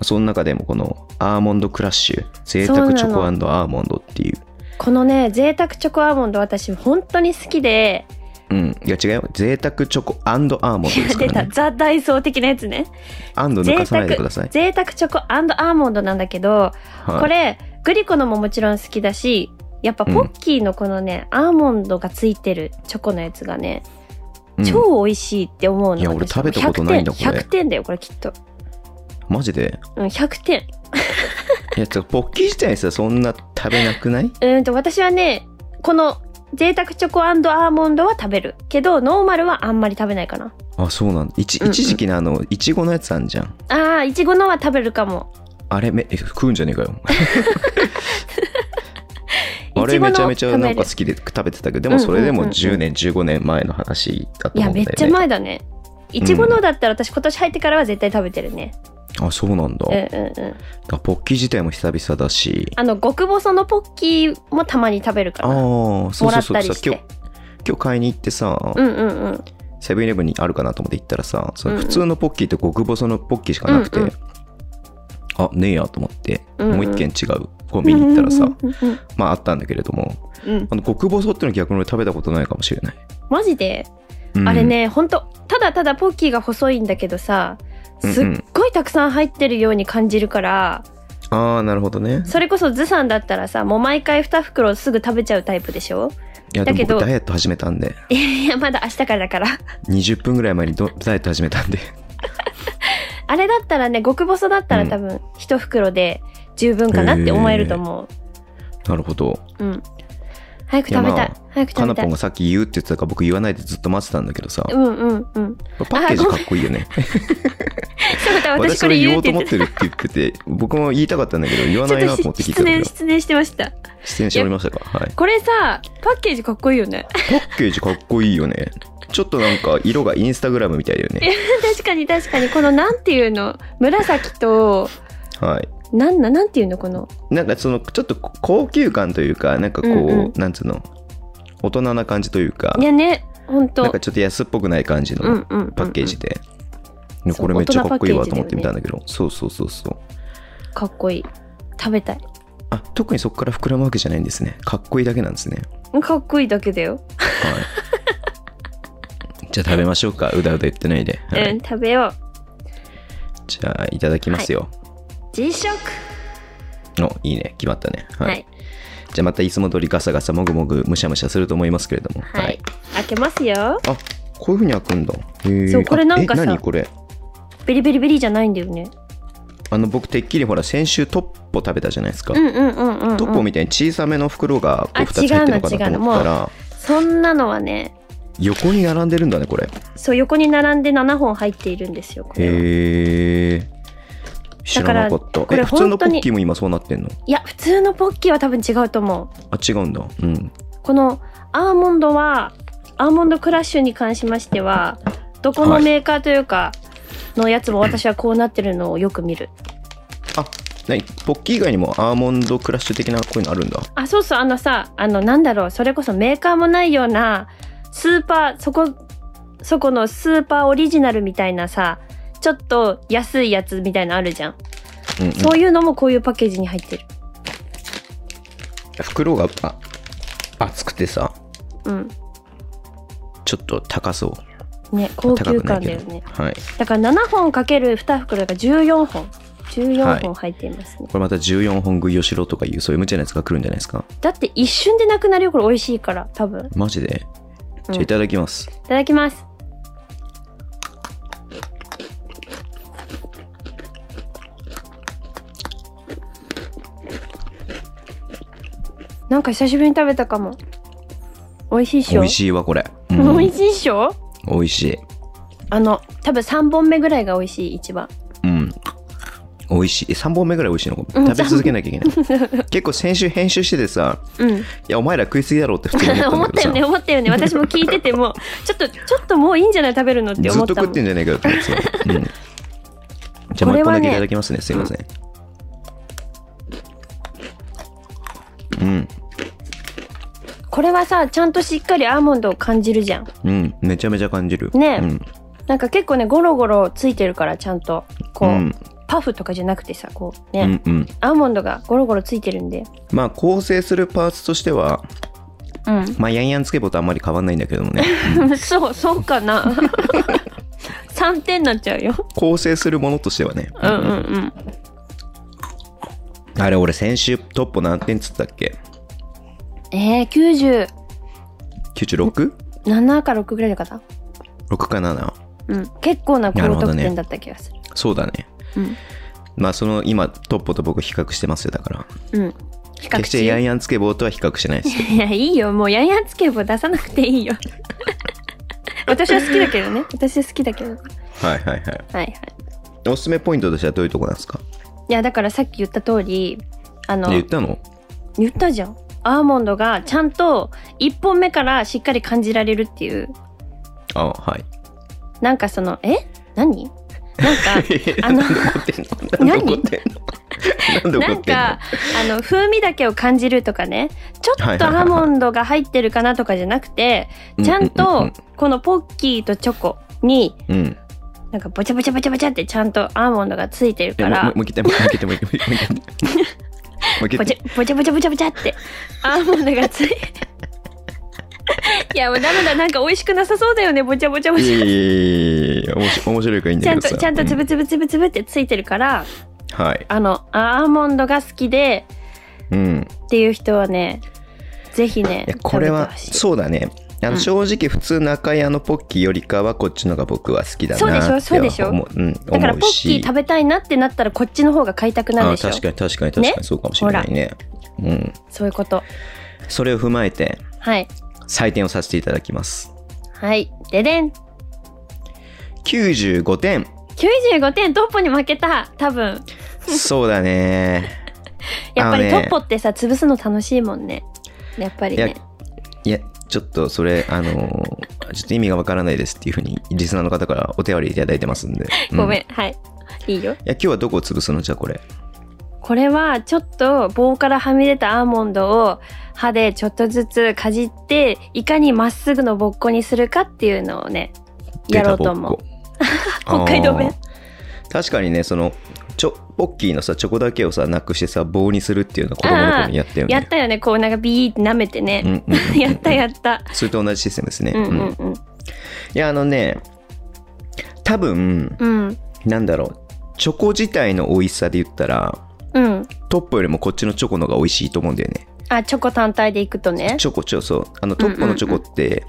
Speaker 2: その中でもこのアーモンドクラッシュ、贅沢チョコアーモンドっていう。
Speaker 1: このね、贅沢チョコアーモンド私本当に好きで、
Speaker 2: うん。いや違うよ。贅沢チョコアーモンドですか
Speaker 1: 出
Speaker 2: ら
Speaker 1: た、
Speaker 2: ね。
Speaker 1: ザ・ダイソー的なやつね。
Speaker 2: アンド抜かさないでください。
Speaker 1: 贅沢チョコアーモンドなんだけど、
Speaker 2: はい、
Speaker 1: これ、グリコのももちろん好きだし、やっぱポッキーのこのね、アーモンドがついてるチョコのやつがね、
Speaker 2: うん
Speaker 1: 超美味しいって思うの。
Speaker 2: いや俺食べたことないんだ
Speaker 1: 100
Speaker 2: こ
Speaker 1: 点
Speaker 2: れ
Speaker 1: 100点だよ、これきっと。
Speaker 2: マジで
Speaker 1: うん、100点。
Speaker 2: いや、てかポッキー自体さ、そんな食べなくないう
Speaker 1: ーんと、私はね、この贅沢チョコアーモンドは食べる。けど、ノーマルはあんまり食べないかな。
Speaker 2: あ、そうなんだ。一
Speaker 1: うんうん
Speaker 2: 一時期のあの、いちごのやつあんじゃん。
Speaker 1: あー、いちごのは食べるかも。
Speaker 2: あれめ、え食うんじゃねえか よ。
Speaker 1: いちご
Speaker 2: あ
Speaker 1: の
Speaker 2: れめちゃめちゃなんか
Speaker 1: 食べる
Speaker 2: 好きで食べてたけど、でもそれで
Speaker 1: うんうんうんう
Speaker 2: も
Speaker 1: ん
Speaker 2: 10年、15年前の話だと思
Speaker 1: いや、
Speaker 2: うんだ
Speaker 1: め
Speaker 2: よね。
Speaker 1: っちゃ前だね。いちごのだったら私今年入ってからは絶対食べてるね。
Speaker 2: あ、そうなんだ。
Speaker 1: うん
Speaker 2: だか
Speaker 1: うんうん。
Speaker 2: らポッキー自体も久々だし。
Speaker 1: あの、極細のポッキーもたまに食べるから。
Speaker 2: ああ、そうそうそ
Speaker 1: もらった
Speaker 2: う
Speaker 1: り
Speaker 2: そう
Speaker 1: して
Speaker 2: 今日、今日買いに行ってさ、
Speaker 1: うんうんうん。
Speaker 2: セブンイレブンにあるかなと思って行ったらさ、その
Speaker 1: うんうん
Speaker 2: 普通のポッキーと極細のポッキーしかなくて、
Speaker 1: うんうん
Speaker 2: あ、ねえやと思って、
Speaker 1: うんうん
Speaker 2: もう一軒違うコンビニ行ったらさ、
Speaker 1: うんうん
Speaker 2: まああったんだけれども、
Speaker 1: うんうん。
Speaker 2: あの極細っていうのは逆に俺食べたことないかもしれない。
Speaker 1: マジで、
Speaker 2: うん
Speaker 1: あれ。ね、ほんと、ただただポッキーが細いんだけどさ、すっ
Speaker 2: うんうん
Speaker 1: ごいたくさん入ってるように感じるから、
Speaker 2: ああ、なるほどね。
Speaker 1: それこそズさんだったらさ、もう毎回2袋すぐ食べちゃうタイプでしょ
Speaker 2: いや、で
Speaker 1: だ
Speaker 2: も
Speaker 1: けど
Speaker 2: 僕ダイエット始めたんで、
Speaker 1: いやいや、まだ明日からだから。
Speaker 2: 20分ぐらい前にどダイエット始めたんで、
Speaker 1: あれだったらね、極細だったら多分1袋で十分かなって思えると思う。
Speaker 2: なるほど。
Speaker 1: うん。早く食べ
Speaker 2: い
Speaker 1: た
Speaker 2: や
Speaker 1: い
Speaker 2: ま。
Speaker 1: 早く
Speaker 2: か
Speaker 1: 食べ
Speaker 2: な
Speaker 1: た
Speaker 2: ぽん
Speaker 1: い。
Speaker 2: がさっき言うって言ってたから僕言わないでずっと待ってたんだけどさ、
Speaker 1: うんうんうん。
Speaker 2: パッケージかっこいいよね。
Speaker 1: そうだ、私
Speaker 2: 私
Speaker 1: こ
Speaker 2: それ
Speaker 1: れ
Speaker 2: 言
Speaker 1: 言
Speaker 2: おう
Speaker 1: うって
Speaker 2: と思
Speaker 1: 言
Speaker 2: っ
Speaker 1: って
Speaker 2: てるって言ってて、僕も言いたかったんだけ ど、言わ
Speaker 1: た。
Speaker 2: ない
Speaker 1: ちょ
Speaker 2: な
Speaker 1: っと
Speaker 2: と思って聞
Speaker 1: し
Speaker 2: いた
Speaker 1: 失
Speaker 2: んだ
Speaker 1: 念、
Speaker 2: けど、
Speaker 1: 失念してました。
Speaker 2: 出演しておりましたか。はい。
Speaker 1: これさ、パッケージかっこいいよね。
Speaker 2: パッケージかっこいいよね。ちょっとなんか色がインスタグラムみたいだよね。
Speaker 1: 確かに確かにこのなんていうの紫と
Speaker 2: はい。
Speaker 1: なんななんていうのこの
Speaker 2: なんかそのちょっと高級感というか、なんかこう、
Speaker 1: うんうん
Speaker 2: なんつうの、大人な感じというか、
Speaker 1: いやねほん
Speaker 2: なん
Speaker 1: と
Speaker 2: かちょっと安っぽくない感じ
Speaker 1: うんうん
Speaker 2: の
Speaker 1: うんうん
Speaker 2: パッケージで。いや
Speaker 1: そう
Speaker 2: これめっちゃかっこいいわと思っ
Speaker 1: 大人パッケージだよね
Speaker 2: てみたんだけど、そうそうそうそう。
Speaker 1: かっこいい食べたい
Speaker 2: あ、特にそこから膨らむわけじゃないんですね。かっこいいだけなんですね。
Speaker 1: かっこいいだけだよ、
Speaker 2: はい。じゃあ食べましょうか。うだうだ言ってないで。はい
Speaker 1: うん食べよう
Speaker 2: じゃあいただきますよ。
Speaker 1: 人食
Speaker 2: おいいね決まったねはい、
Speaker 1: はい
Speaker 2: じゃあまたいつも通りガサガサもぐもぐむしゃむしゃすると思いますけれども
Speaker 1: はい、開けますよ
Speaker 2: あこういうふうに開くんだへー
Speaker 1: そうこれなんかさ
Speaker 2: あえ何これ
Speaker 1: ベリベリベリじゃないんだよね
Speaker 2: あの僕てっきりほら先週トッポ食べたじゃないですか、
Speaker 1: うんうんうんうん、
Speaker 2: トッポ
Speaker 1: うん、
Speaker 2: みたいに小さめの袋がこう
Speaker 1: あ
Speaker 2: 2つ入ってるのかな
Speaker 1: 違うの
Speaker 2: と思ったら
Speaker 1: そんなのはね
Speaker 2: 横に並んでるんだねこれ
Speaker 1: そう横に並んで7本入っているんですよこれは
Speaker 2: へえ知らなかっ
Speaker 1: だ
Speaker 2: た
Speaker 1: からこれ
Speaker 2: え普通
Speaker 1: 本
Speaker 2: の
Speaker 1: 当
Speaker 2: ポ
Speaker 1: に
Speaker 2: ッキーも今そうなってんの
Speaker 1: いや普通のポッキーは多分違うと思う
Speaker 2: あ違うんだうん
Speaker 1: このアーモンドはアーモンドクラッシュに関しましてはどこのメーカーというかのやつも私はこうなってるのをよく見る、
Speaker 2: あ何ポッキー以外にもアーモンドクラッシュ的なこういうのあるんだ
Speaker 1: あそうそうあのさあのなんだろうそれこそメーカーもないようなスーパーそこそこのスーパーオリジナルみたいなさちょっと安いやつみたいなのあるじゃん、
Speaker 2: うん、うん、
Speaker 1: そういうのもこういうパッケージに入ってる
Speaker 2: 袋があ厚くてさ
Speaker 1: うん
Speaker 2: ちょっと高そう
Speaker 1: ね高級
Speaker 2: 高くな
Speaker 1: 感
Speaker 2: い
Speaker 1: だ
Speaker 2: け
Speaker 1: よ
Speaker 2: ど、
Speaker 1: ね
Speaker 2: はい、
Speaker 1: だから7本かける2袋が14本14
Speaker 2: は
Speaker 1: 本
Speaker 2: い
Speaker 1: 入っていますね、
Speaker 2: これまた14本食いをしろとかいうそういう無茶なやつが来るんじゃないですか
Speaker 1: だって一瞬でなくなるよこれ美味しいから多分
Speaker 2: マジで
Speaker 1: うん
Speaker 2: じゃあいただきます、
Speaker 1: いただきますなんか久しぶりに食べたかも。美味しいっし
Speaker 2: 美
Speaker 1: ょ
Speaker 2: 味しいわこれ、う
Speaker 1: 美
Speaker 2: ん、
Speaker 1: 味
Speaker 2: 美
Speaker 1: しいっしょ
Speaker 2: 味しい
Speaker 1: あの、多分3本目ぐらいが美味しい、一番。
Speaker 2: うん美味しいえ3本目ぐらい美味しいの食
Speaker 1: うん
Speaker 2: べ続けなきゃいけない結構先週編集しててさ
Speaker 1: うん。
Speaker 2: いやお前ら食いすぎだろうって普通に思ったん
Speaker 1: 思っ
Speaker 2: だけど
Speaker 1: た
Speaker 2: さ
Speaker 1: よね、思ったよね。私も聞いてて も、ちょっと、ちょっともういいんじゃない食べるのって
Speaker 2: ず
Speaker 1: 思
Speaker 2: っ
Speaker 1: っ
Speaker 2: と
Speaker 1: た
Speaker 2: 食
Speaker 1: も
Speaker 2: っ
Speaker 1: ん。
Speaker 2: てんじゃねえかよって思 ってさ、うん、じゃあ
Speaker 1: こ
Speaker 2: もう
Speaker 1: れ
Speaker 2: 一本
Speaker 1: はね
Speaker 2: だけいただきますねすいませんうん
Speaker 1: これはさ、ちゃんとしっかりアーモンドを感じるじゃん。
Speaker 2: うんめちゃめちゃ感じる
Speaker 1: ね
Speaker 2: うん
Speaker 1: なんか結構ね、ゴロゴロついてるから、ちゃんと。こう、
Speaker 2: うん
Speaker 1: パフとかじゃなくてさ、こう
Speaker 2: う
Speaker 1: ね、
Speaker 2: んうん
Speaker 1: アーモンドがゴロゴロついてるんで。
Speaker 2: まあ構成するパーツとしては
Speaker 1: うん。
Speaker 2: まあヤンヤンつけ棒とあんまり変わんないんだけども ね
Speaker 1: そう、そうかな。3点になっちゃうよ。
Speaker 2: 構成するものとしてはね
Speaker 1: うんうんうん。
Speaker 2: あれ俺先週トッポ何点っつったっけ
Speaker 1: えー、90。
Speaker 2: 96?6
Speaker 1: 7か6ぐらいの方
Speaker 2: か7
Speaker 1: うん、結構な高
Speaker 2: なるほど
Speaker 1: 得
Speaker 2: ね
Speaker 1: 点だった気がする
Speaker 2: そうだね
Speaker 1: うん
Speaker 2: まあその今トッポと僕比較してますよだから
Speaker 1: うん比較
Speaker 2: 決してヤン
Speaker 1: い
Speaker 2: ヤンつけ棒とは比較してない です
Speaker 1: や いいよもうやんやんつけ棒出さなくていいよ 私は好きだけどね私は好きだけどはい
Speaker 2: はいはいはい
Speaker 1: はい
Speaker 2: おすすめポイントとしてはどういうとこなんですか
Speaker 1: いやだからさっき言った通りあの
Speaker 2: 言ったの
Speaker 1: 言ったじゃんアーモンドがちゃんと1本目からしっかり感じられるっていう
Speaker 2: あはい
Speaker 1: なんかそのえ何なん かあの
Speaker 2: 残ってんの
Speaker 1: 何
Speaker 2: 何残ってんの何で
Speaker 1: な
Speaker 2: 怒っ
Speaker 1: ん
Speaker 2: てんの
Speaker 1: かあの風味だけを感じるとかねちょ
Speaker 2: は
Speaker 1: っ
Speaker 2: い
Speaker 1: と
Speaker 2: はいはい
Speaker 1: アーモンドが入ってるかなとかじゃなくてちゃ
Speaker 2: うん
Speaker 1: ん
Speaker 2: うんう
Speaker 1: と
Speaker 2: ん
Speaker 1: このポッキーとチョコに
Speaker 2: うん
Speaker 1: なんかぼちゃぼちゃぼちゃぼちゃってちゃんとアーモンドがついてる
Speaker 2: え
Speaker 1: か
Speaker 2: も
Speaker 1: ら
Speaker 2: ももう一回もう一回もう一回もう 一回もう一回もう一回もう一回
Speaker 1: ぼちゃぼちゃぼちゃぼちゃぼちゃってアーモンドがつい いやもうダメだなんか美味しくなさそうだよねぼちゃぼちゃぼ
Speaker 2: い
Speaker 1: ち
Speaker 2: や
Speaker 1: ゃ
Speaker 2: いやいやいや面白面白いからいいん
Speaker 1: ち
Speaker 2: だ
Speaker 1: ゃ
Speaker 2: け
Speaker 1: ん
Speaker 2: どさ
Speaker 1: とちゃんとつぶつぶつぶつぶってついてるから
Speaker 2: うんはい
Speaker 1: あのアーモンドが好きで
Speaker 2: うん
Speaker 1: っていう人はねぜひね
Speaker 2: いやこれ
Speaker 1: 食べて
Speaker 2: は
Speaker 1: ほしい
Speaker 2: そうだねあ
Speaker 1: う
Speaker 2: の
Speaker 1: ん
Speaker 2: 正直普通中屋のポッキーよりかはこっちのが僕は好きだ
Speaker 1: そうでしょ
Speaker 2: なって
Speaker 1: そうでしょ
Speaker 2: は思ううん
Speaker 1: だから
Speaker 2: 思う
Speaker 1: ポッキ
Speaker 2: し
Speaker 1: ー食べたいなってなったらこっちの方が買いたくなる
Speaker 2: あ
Speaker 1: でしょ
Speaker 2: 確かに確かに確かにそうかもしれないねうん
Speaker 1: そういうこと
Speaker 2: それを踏まえて
Speaker 1: はい
Speaker 2: 採点をさせていただきます
Speaker 1: はいででん
Speaker 2: 95点
Speaker 1: 95点トッポに負けた多分
Speaker 2: そうだね
Speaker 1: やっぱり
Speaker 2: あ
Speaker 1: ト
Speaker 2: のね
Speaker 1: ッポってさ潰すの楽しいもんねやっぱり
Speaker 2: いや
Speaker 1: ね
Speaker 2: いやちょっとそれあのーちょっと意味がわからないですっていうふうにリスナーの方からお手割りいただいてますんで、う
Speaker 1: ごめん、
Speaker 2: い
Speaker 1: はいいいよ
Speaker 2: や今日はどこを潰すのじゃあこれ
Speaker 1: これはちょっと棒からはみ出たアーモンドを歯でちょっとずつかじっていかにまっすぐのぼっこにするかっていうのをねやろうと思う
Speaker 2: 出たぼっこ
Speaker 1: 北海道弁
Speaker 2: あー確かにねそのチョポッキーのさチョコだけをさなくしてさ棒にするっていうの子供の頃にやったよね
Speaker 1: やったよねこうなんかビーって舐めて
Speaker 2: うん
Speaker 1: ね、
Speaker 2: うんうん うん
Speaker 1: やったやった
Speaker 2: それと同じシステムですね、
Speaker 1: うんう
Speaker 2: うん
Speaker 1: んうん
Speaker 2: いやあのね多分
Speaker 1: うん
Speaker 2: なんだろうチョコ自体の美味しさで言ったら
Speaker 1: うん
Speaker 2: トッポよりもこっちのチョコの方が美味しいと思うんだよね
Speaker 1: あチョコ単体でいくとね
Speaker 2: チョコチョコそうあのトッポのチョコって、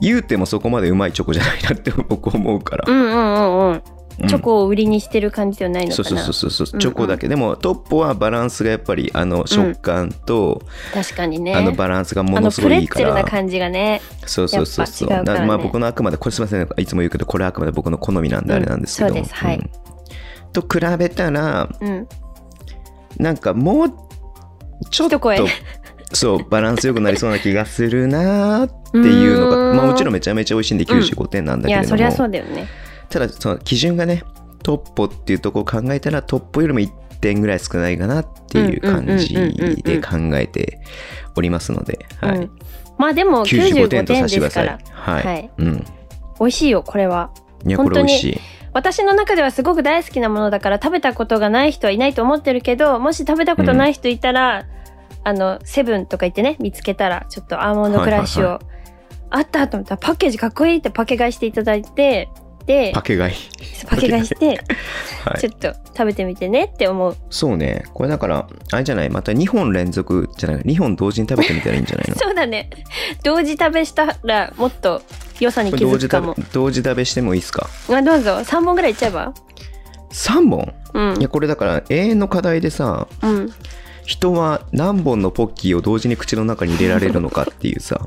Speaker 2: 言うてもそこまでうまいチョコじゃないなって僕思うから、
Speaker 1: うんうんうんうん
Speaker 2: うん
Speaker 1: チョコを売りにしてる感じではないの
Speaker 2: そ
Speaker 1: か
Speaker 2: うそう
Speaker 1: な
Speaker 2: そうそう
Speaker 1: うん
Speaker 2: チョコだけ、でもトッポはバランスがやっぱりあの食感と、
Speaker 1: 確かにね
Speaker 2: あのバランスがも
Speaker 1: あ
Speaker 2: の
Speaker 1: の
Speaker 2: す
Speaker 1: プ
Speaker 2: ご
Speaker 1: レ
Speaker 2: いいい
Speaker 1: ッツ
Speaker 2: か
Speaker 1: ェルな
Speaker 2: ら
Speaker 1: 感じがね
Speaker 2: そうそうそうそう、
Speaker 1: やっぱ違うから
Speaker 2: な
Speaker 1: ね
Speaker 2: まあ僕のあくまでこれすいませんいつも言うけどこれはあくまで僕の好みなんで
Speaker 1: うん
Speaker 2: あれなんですけど、
Speaker 1: そうですはい
Speaker 2: んと比べたら
Speaker 1: うん
Speaker 2: なんかもうちょっ
Speaker 1: 一
Speaker 2: と
Speaker 1: 声
Speaker 2: そうバランス良くなりそうな気がするなーっていうの
Speaker 1: うー
Speaker 2: が
Speaker 1: ん
Speaker 2: まあもちろんめちゃめちゃ美味しいんで95点なんだ
Speaker 1: い
Speaker 2: けれ
Speaker 1: や
Speaker 2: ど
Speaker 1: そ
Speaker 2: も、
Speaker 1: りゃそうだよね
Speaker 2: ただその基準がねトッポっていうとこを考えたらトッポよりも1点ぐらい少ないかなっていう感じ
Speaker 1: うんうんうんうんうんうん
Speaker 2: で考えておりますので、はい
Speaker 1: うんまあでも
Speaker 2: 95
Speaker 1: 95
Speaker 2: 点
Speaker 1: 点
Speaker 2: とさ
Speaker 1: で
Speaker 2: せてくだ
Speaker 1: すか
Speaker 2: さい
Speaker 1: ら
Speaker 2: はい、
Speaker 1: はい
Speaker 2: うん
Speaker 1: 美味しいよこれはい
Speaker 2: やこれ美味しい
Speaker 1: 私の中ではすごく大好きなものだから食べたことがない人はいないと思ってるけどもし食べたことない人いたら、あのセブンとか行ってね見つけたらちょっとアーモンドクラッシュを、
Speaker 2: はい
Speaker 1: あったと思ったらパッケージかっこいいってパケ買いしていただいてで
Speaker 2: パケ買い、
Speaker 1: パケ買いして、
Speaker 2: はい
Speaker 1: ちょっと食べてみてねって思う
Speaker 2: そうねこれだからあれじゃないまた2本連続じゃない2本同時に食べてみたらいいんじゃないの
Speaker 1: そうだね同時食べしたらもっと良さに
Speaker 2: これ
Speaker 1: 気
Speaker 2: 同
Speaker 1: づ
Speaker 2: 時
Speaker 1: くかも
Speaker 2: 食べ同時食べしてもいいですか
Speaker 1: あどうぞ3本ぐらいいっちゃえば
Speaker 2: 3本
Speaker 1: うん
Speaker 2: いやこれだから永遠の課題でさ
Speaker 1: うん
Speaker 2: 人は何本のポッキーを同時に口の中に入れられるのかっていう さ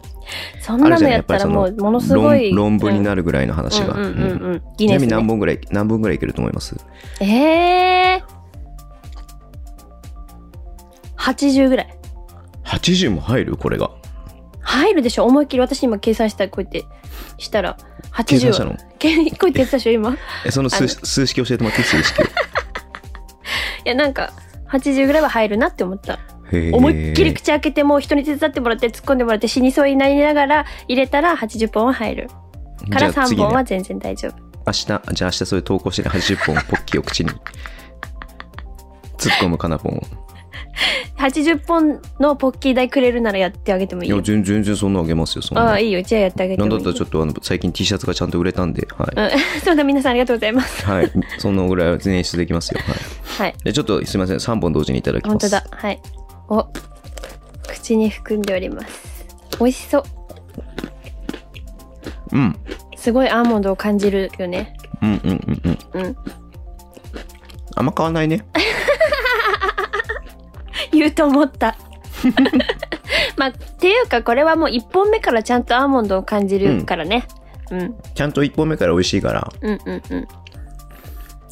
Speaker 1: そん
Speaker 2: あ
Speaker 1: な
Speaker 2: るじゃな
Speaker 1: の
Speaker 2: い
Speaker 1: や
Speaker 2: やっ
Speaker 1: っ
Speaker 2: ぱり
Speaker 1: たら
Speaker 2: そ
Speaker 1: も
Speaker 2: の
Speaker 1: うものすごい
Speaker 2: 論論文に
Speaker 1: る
Speaker 2: なるぐらいの話が、
Speaker 1: うんうんうんう
Speaker 2: う
Speaker 1: ん
Speaker 2: ん
Speaker 1: ギ
Speaker 2: ち
Speaker 1: ネ
Speaker 2: な
Speaker 1: ス、
Speaker 2: みに何
Speaker 1: ね、
Speaker 2: 本ぐらい何本ぐらいいけると思います
Speaker 1: ええー、80ぐらい
Speaker 2: ?80 も入るこれが
Speaker 1: 入るでしょ思いっきり私今計算したこうやってしたら
Speaker 2: 計算
Speaker 1: 80
Speaker 2: した
Speaker 1: は
Speaker 2: の
Speaker 1: け こうやって言ってたでしょ今い
Speaker 2: えその数数式教えてもらっていい数 式を
Speaker 1: やなんか80ぐらいは入るなって思った
Speaker 2: へー
Speaker 1: 思いっきり口開けてもう人に手伝ってもらって突っ込んでもらって死にそうになりながら入れたら80本は入るか
Speaker 2: じゃ
Speaker 1: ら
Speaker 2: あ
Speaker 1: 3
Speaker 2: 次
Speaker 1: 本
Speaker 2: ね
Speaker 1: は全然大丈夫、
Speaker 2: 明日じゃあ明日それ投稿してね80本ポッキーを口に突っ込むかなポンを
Speaker 1: 80本のポッキー代くれるならやってあげてもい
Speaker 2: い
Speaker 1: いよ
Speaker 2: や全全然そんなあげますよそん
Speaker 1: ああ
Speaker 2: ない
Speaker 1: いよじゃあやってあげて
Speaker 2: なん
Speaker 1: も
Speaker 2: だった
Speaker 1: いい
Speaker 2: らちょっとあの最近 T シャツがちゃんと売れたんではい、
Speaker 1: うん、 そうだ皆さんありがとうございます
Speaker 2: はいそのぐらいは演出できますよはい
Speaker 1: はい
Speaker 2: でちょっとすみません3本同時にいただきます
Speaker 1: 本当だはいお口に含んでおります美味しそう
Speaker 2: うん
Speaker 1: すごいアーモンドを感じるよね
Speaker 2: うんうんうんうん
Speaker 1: うん
Speaker 2: あんま買わないね
Speaker 1: 言うと思った まあっていうかこれはもう1本目からちゃんとアーモンドを感じるからね、うん、
Speaker 2: ちゃんと1本目から美味しいから
Speaker 1: うんうんうん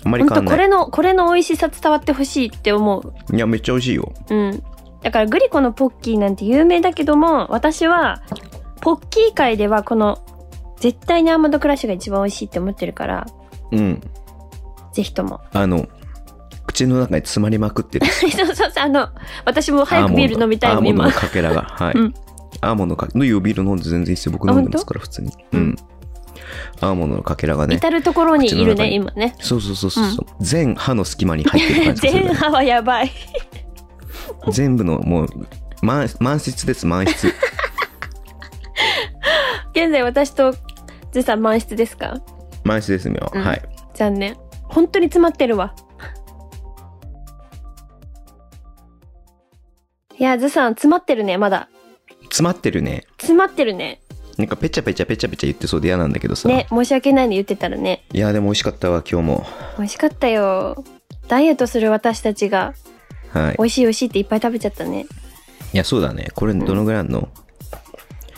Speaker 2: あんまり
Speaker 1: 本
Speaker 2: 買わ
Speaker 1: 当こ
Speaker 2: ない
Speaker 1: れのこれの美味しさ伝わってほしいって思う
Speaker 2: いやめっちゃ美味しいよ
Speaker 1: うんだからグリコのポッキーなんて有名だけども私はポッキー界ではこの絶対にアーモンドクラッシュが一番美味しいって思ってるから
Speaker 2: うん
Speaker 1: ぜひとも
Speaker 2: あの口の中に詰まりまくってる
Speaker 1: そうそうそうあの私も 早くビール飲みたい
Speaker 2: アー
Speaker 1: の
Speaker 2: モンド
Speaker 1: 今
Speaker 2: のかけら がはい、
Speaker 1: うん
Speaker 2: アーモンドのかのいうビール飲んで全然いいですよ僕飲んでますから普通にう
Speaker 1: 当
Speaker 2: んアーモンドのかけらがね
Speaker 1: 至る所にいるね
Speaker 2: 口
Speaker 1: 今ね
Speaker 2: そうそうそうそうそう全歯の隙間に入ってる感じがする
Speaker 1: 前半はやばい
Speaker 2: 全部のもう満満室です満 室
Speaker 1: 現在私とずさん満室ですか
Speaker 2: 満室ですよ、
Speaker 1: うん
Speaker 2: はい
Speaker 1: 残念本当に詰まってるわいやずさん詰まってるねまだ
Speaker 2: 詰まってるね
Speaker 1: 詰まってるね
Speaker 2: なんかペチャペチャペチャペチャ言ってそうで嫌なんだけどさ、
Speaker 1: ね申し訳ないの言ってたらね
Speaker 2: いやでも美味しかったわ今日も
Speaker 1: 美味しかったよダイエットする私たちが
Speaker 2: はい
Speaker 1: 美味しい美味しいっていっぱい食べちゃったね
Speaker 2: いやそうだねこれどのぐらいあんの、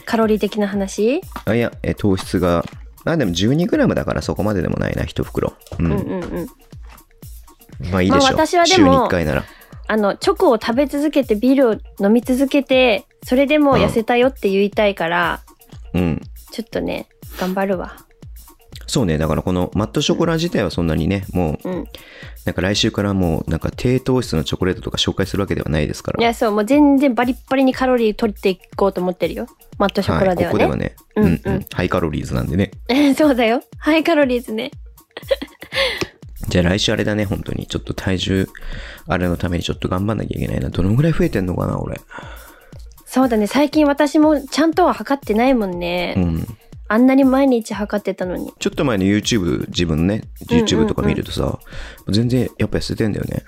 Speaker 1: カロリー的な話、
Speaker 2: あいやえ糖質があでも 12g だからそこまででもないな一袋う
Speaker 1: う
Speaker 2: ん
Speaker 1: ん、うんうん
Speaker 2: まあいいでしょう、
Speaker 1: まあ私はでも
Speaker 2: 週に1回なら
Speaker 1: あのチョコを食べ続けてビールを飲み続けてそれでも痩せたよって言いたいから、
Speaker 2: うん
Speaker 1: ちょっとね頑張るわ
Speaker 2: そうねだからこのマットショコラ自体はそんなにねもう
Speaker 1: うん
Speaker 2: なんか来週からもうなんか低糖質のチョコレートとか紹介するわけではないですか
Speaker 1: い
Speaker 2: ら
Speaker 1: やそうもう全然バリッバリにカロリー取っていこうと思ってるよマットショコラ
Speaker 2: い、
Speaker 1: で
Speaker 2: こ
Speaker 1: は
Speaker 2: こ
Speaker 1: ね、
Speaker 2: ではね、
Speaker 1: うんうん
Speaker 2: ハイカロリーズなんでね
Speaker 1: そうだよハイカロリーズね
Speaker 2: じゃあ来週あれだね本当にちょっと体重あれのためにちょっと頑張んなきゃいけないなどのぐらい増えてんのかな俺
Speaker 1: そうだね最近私もちゃんとは測ってないもんね、
Speaker 2: うん
Speaker 1: あんなに毎日測ってたのに
Speaker 2: ちょっと前の YouTube 自分ね
Speaker 1: うんうん
Speaker 2: YouTube とか見るとさ、全然やっぱ痩せてんだよね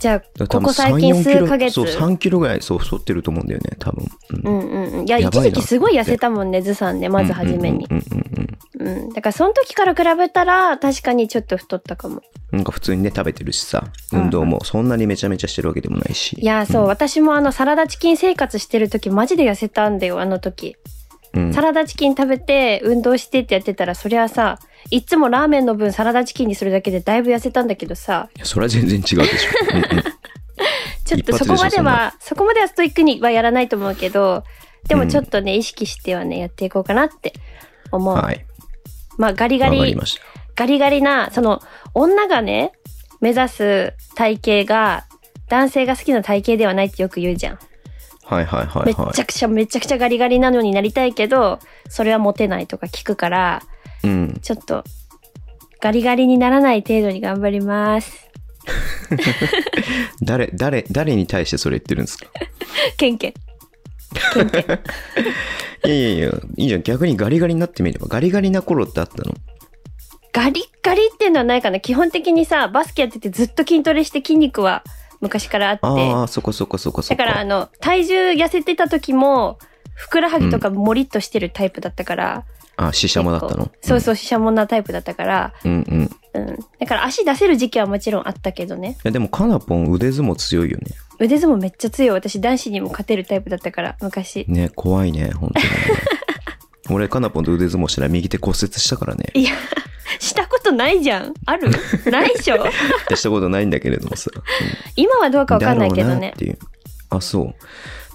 Speaker 1: じゃあ
Speaker 2: だから多分
Speaker 1: ここ最近
Speaker 2: 3-4キロ
Speaker 1: 数ヶ月
Speaker 2: そう3キロぐらいそう太ってると思うんだよね多分、うん
Speaker 1: うんうんうんいや
Speaker 2: やばいな
Speaker 1: 一時期すごい痩せたもんねずさんねまず初めに
Speaker 2: うんうんうんうんうん
Speaker 1: うんだからその時から比べたら確かにちょっと太ったかも
Speaker 2: なんか普通にね食べてるしさ
Speaker 1: うん
Speaker 2: 運動もそんなにめちゃめちゃしてるわけでもないし
Speaker 1: いやそう、私もあのサラダチキン生活してる時マジで痩せたんだよあの時
Speaker 2: うん
Speaker 1: サラダチキン食べて運動してってやってたらそりゃさいつもラーメンの分サラダチキンにするだけでだいぶ痩せたんだけどさ
Speaker 2: それは全然違うで しょうんうん
Speaker 1: ちょっと
Speaker 2: 一
Speaker 1: そ
Speaker 2: 発
Speaker 1: こ
Speaker 2: でしょ
Speaker 1: まではそこまではストイックにはやらないと思うけどでもちょっとね、意識してはねやっていこうかなって思う、
Speaker 2: はい
Speaker 1: まあガリガ
Speaker 2: わかり
Speaker 1: リ
Speaker 2: ました
Speaker 1: ガリガリな、その、女がね、目指す体型が、男性が好きな体型ではないってよく言うじゃん。
Speaker 2: はいはいはい
Speaker 1: めっ
Speaker 2: は
Speaker 1: ちゃくちゃ、めちゃくちゃガリガリなのになりたいけど、それはモテないとか聞くから、
Speaker 2: いうん
Speaker 1: ちょっと、ガリガリにならない程度に頑張ります。
Speaker 2: 誰誰誰に対してそれ言ってるんですか
Speaker 1: ケンケン。
Speaker 2: いやいやいやいいじゃん逆にガリガリになってみればガリガリな頃ってあったの
Speaker 1: ガリッガリっていうのはないかな。基本的にさ、バスケやっててずっと筋トレして筋肉は昔からあって。
Speaker 2: ああそこそこそこそ
Speaker 1: だ
Speaker 2: こ
Speaker 1: からあの、体重痩せてた時も、ふくらはぎとかもりっとしてるタイプだったから、
Speaker 2: あししゃもだったの
Speaker 1: そうそうう、ししゃもんなタイプだったから、
Speaker 2: んうんうん
Speaker 1: うん。だから足出せる時期はもちろんあったけどね。
Speaker 2: やでもカナポン腕相撲強いよね
Speaker 1: 腕相撲めっちゃ強い。私男子にも勝てるタイプだったから、昔。
Speaker 2: ね怖いね本当に ね俺カナポンと腕相撲したら右手骨折したからね
Speaker 1: いや、 したことないじゃん。あるない でしょ
Speaker 2: ってしたことないんだけれどもさ、
Speaker 1: 今はどう
Speaker 2: う
Speaker 1: かわかんないけど
Speaker 2: だろう
Speaker 1: ね
Speaker 2: っ。ていうあそう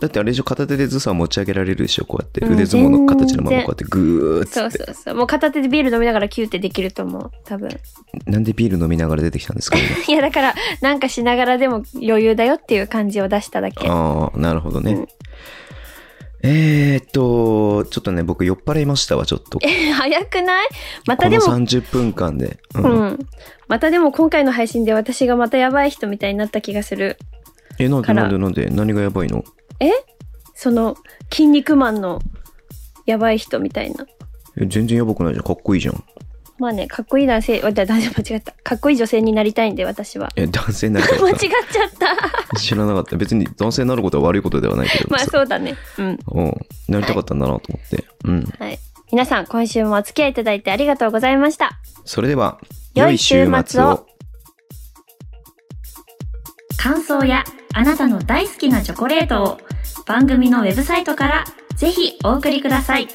Speaker 2: だってあれでしょ片手でずさ持ち上げられるでしょこうやって、
Speaker 1: うん
Speaker 2: 腕相撲の形のまま
Speaker 1: 全然
Speaker 2: こうやってグーッつ
Speaker 1: そう
Speaker 2: って
Speaker 1: そうそう。もう片手でビール飲みながらキューってできると思う。多分。
Speaker 2: なんでビール飲みながら出てきたんですか今
Speaker 1: いや、だから、なんかしながらでも余裕だよっていう感じを出しただけ。
Speaker 2: ああなるほどね、
Speaker 1: うん
Speaker 2: えー、っとちょっとね僕酔っ払いましたわちょっとこ
Speaker 1: 早くないまた
Speaker 2: の
Speaker 1: でも、
Speaker 2: 30分間で、う
Speaker 1: うんん。またでも今回の配信で私がまたやばい人みたいになった気がする。
Speaker 2: えなんで
Speaker 1: か
Speaker 2: な
Speaker 1: ら
Speaker 2: んでなんで何がやばいの
Speaker 1: その、筋肉マンのやばい人みたいな。
Speaker 2: え全然やばくないじゃんかっこいいじゃん
Speaker 1: まあね、かっこいい男性、わだ男性間違った。かっこいい女性になりたいんで、私は。
Speaker 2: え男性になる
Speaker 1: 間違っ
Speaker 2: か
Speaker 1: ちゃった。
Speaker 2: ら知らなかった別に男性になることは悪いことではないけど
Speaker 1: まあ
Speaker 2: さ
Speaker 1: そうだね。うん。
Speaker 2: うんなりたかったんだなと思って、うん
Speaker 1: はい。皆さん、今週もお付き合いいただいてありがとうございました。
Speaker 2: それでは
Speaker 1: 良い週末を
Speaker 3: 感想やあなたの大好きなチョコレートを番組のウェブサイトからぜひお送りください。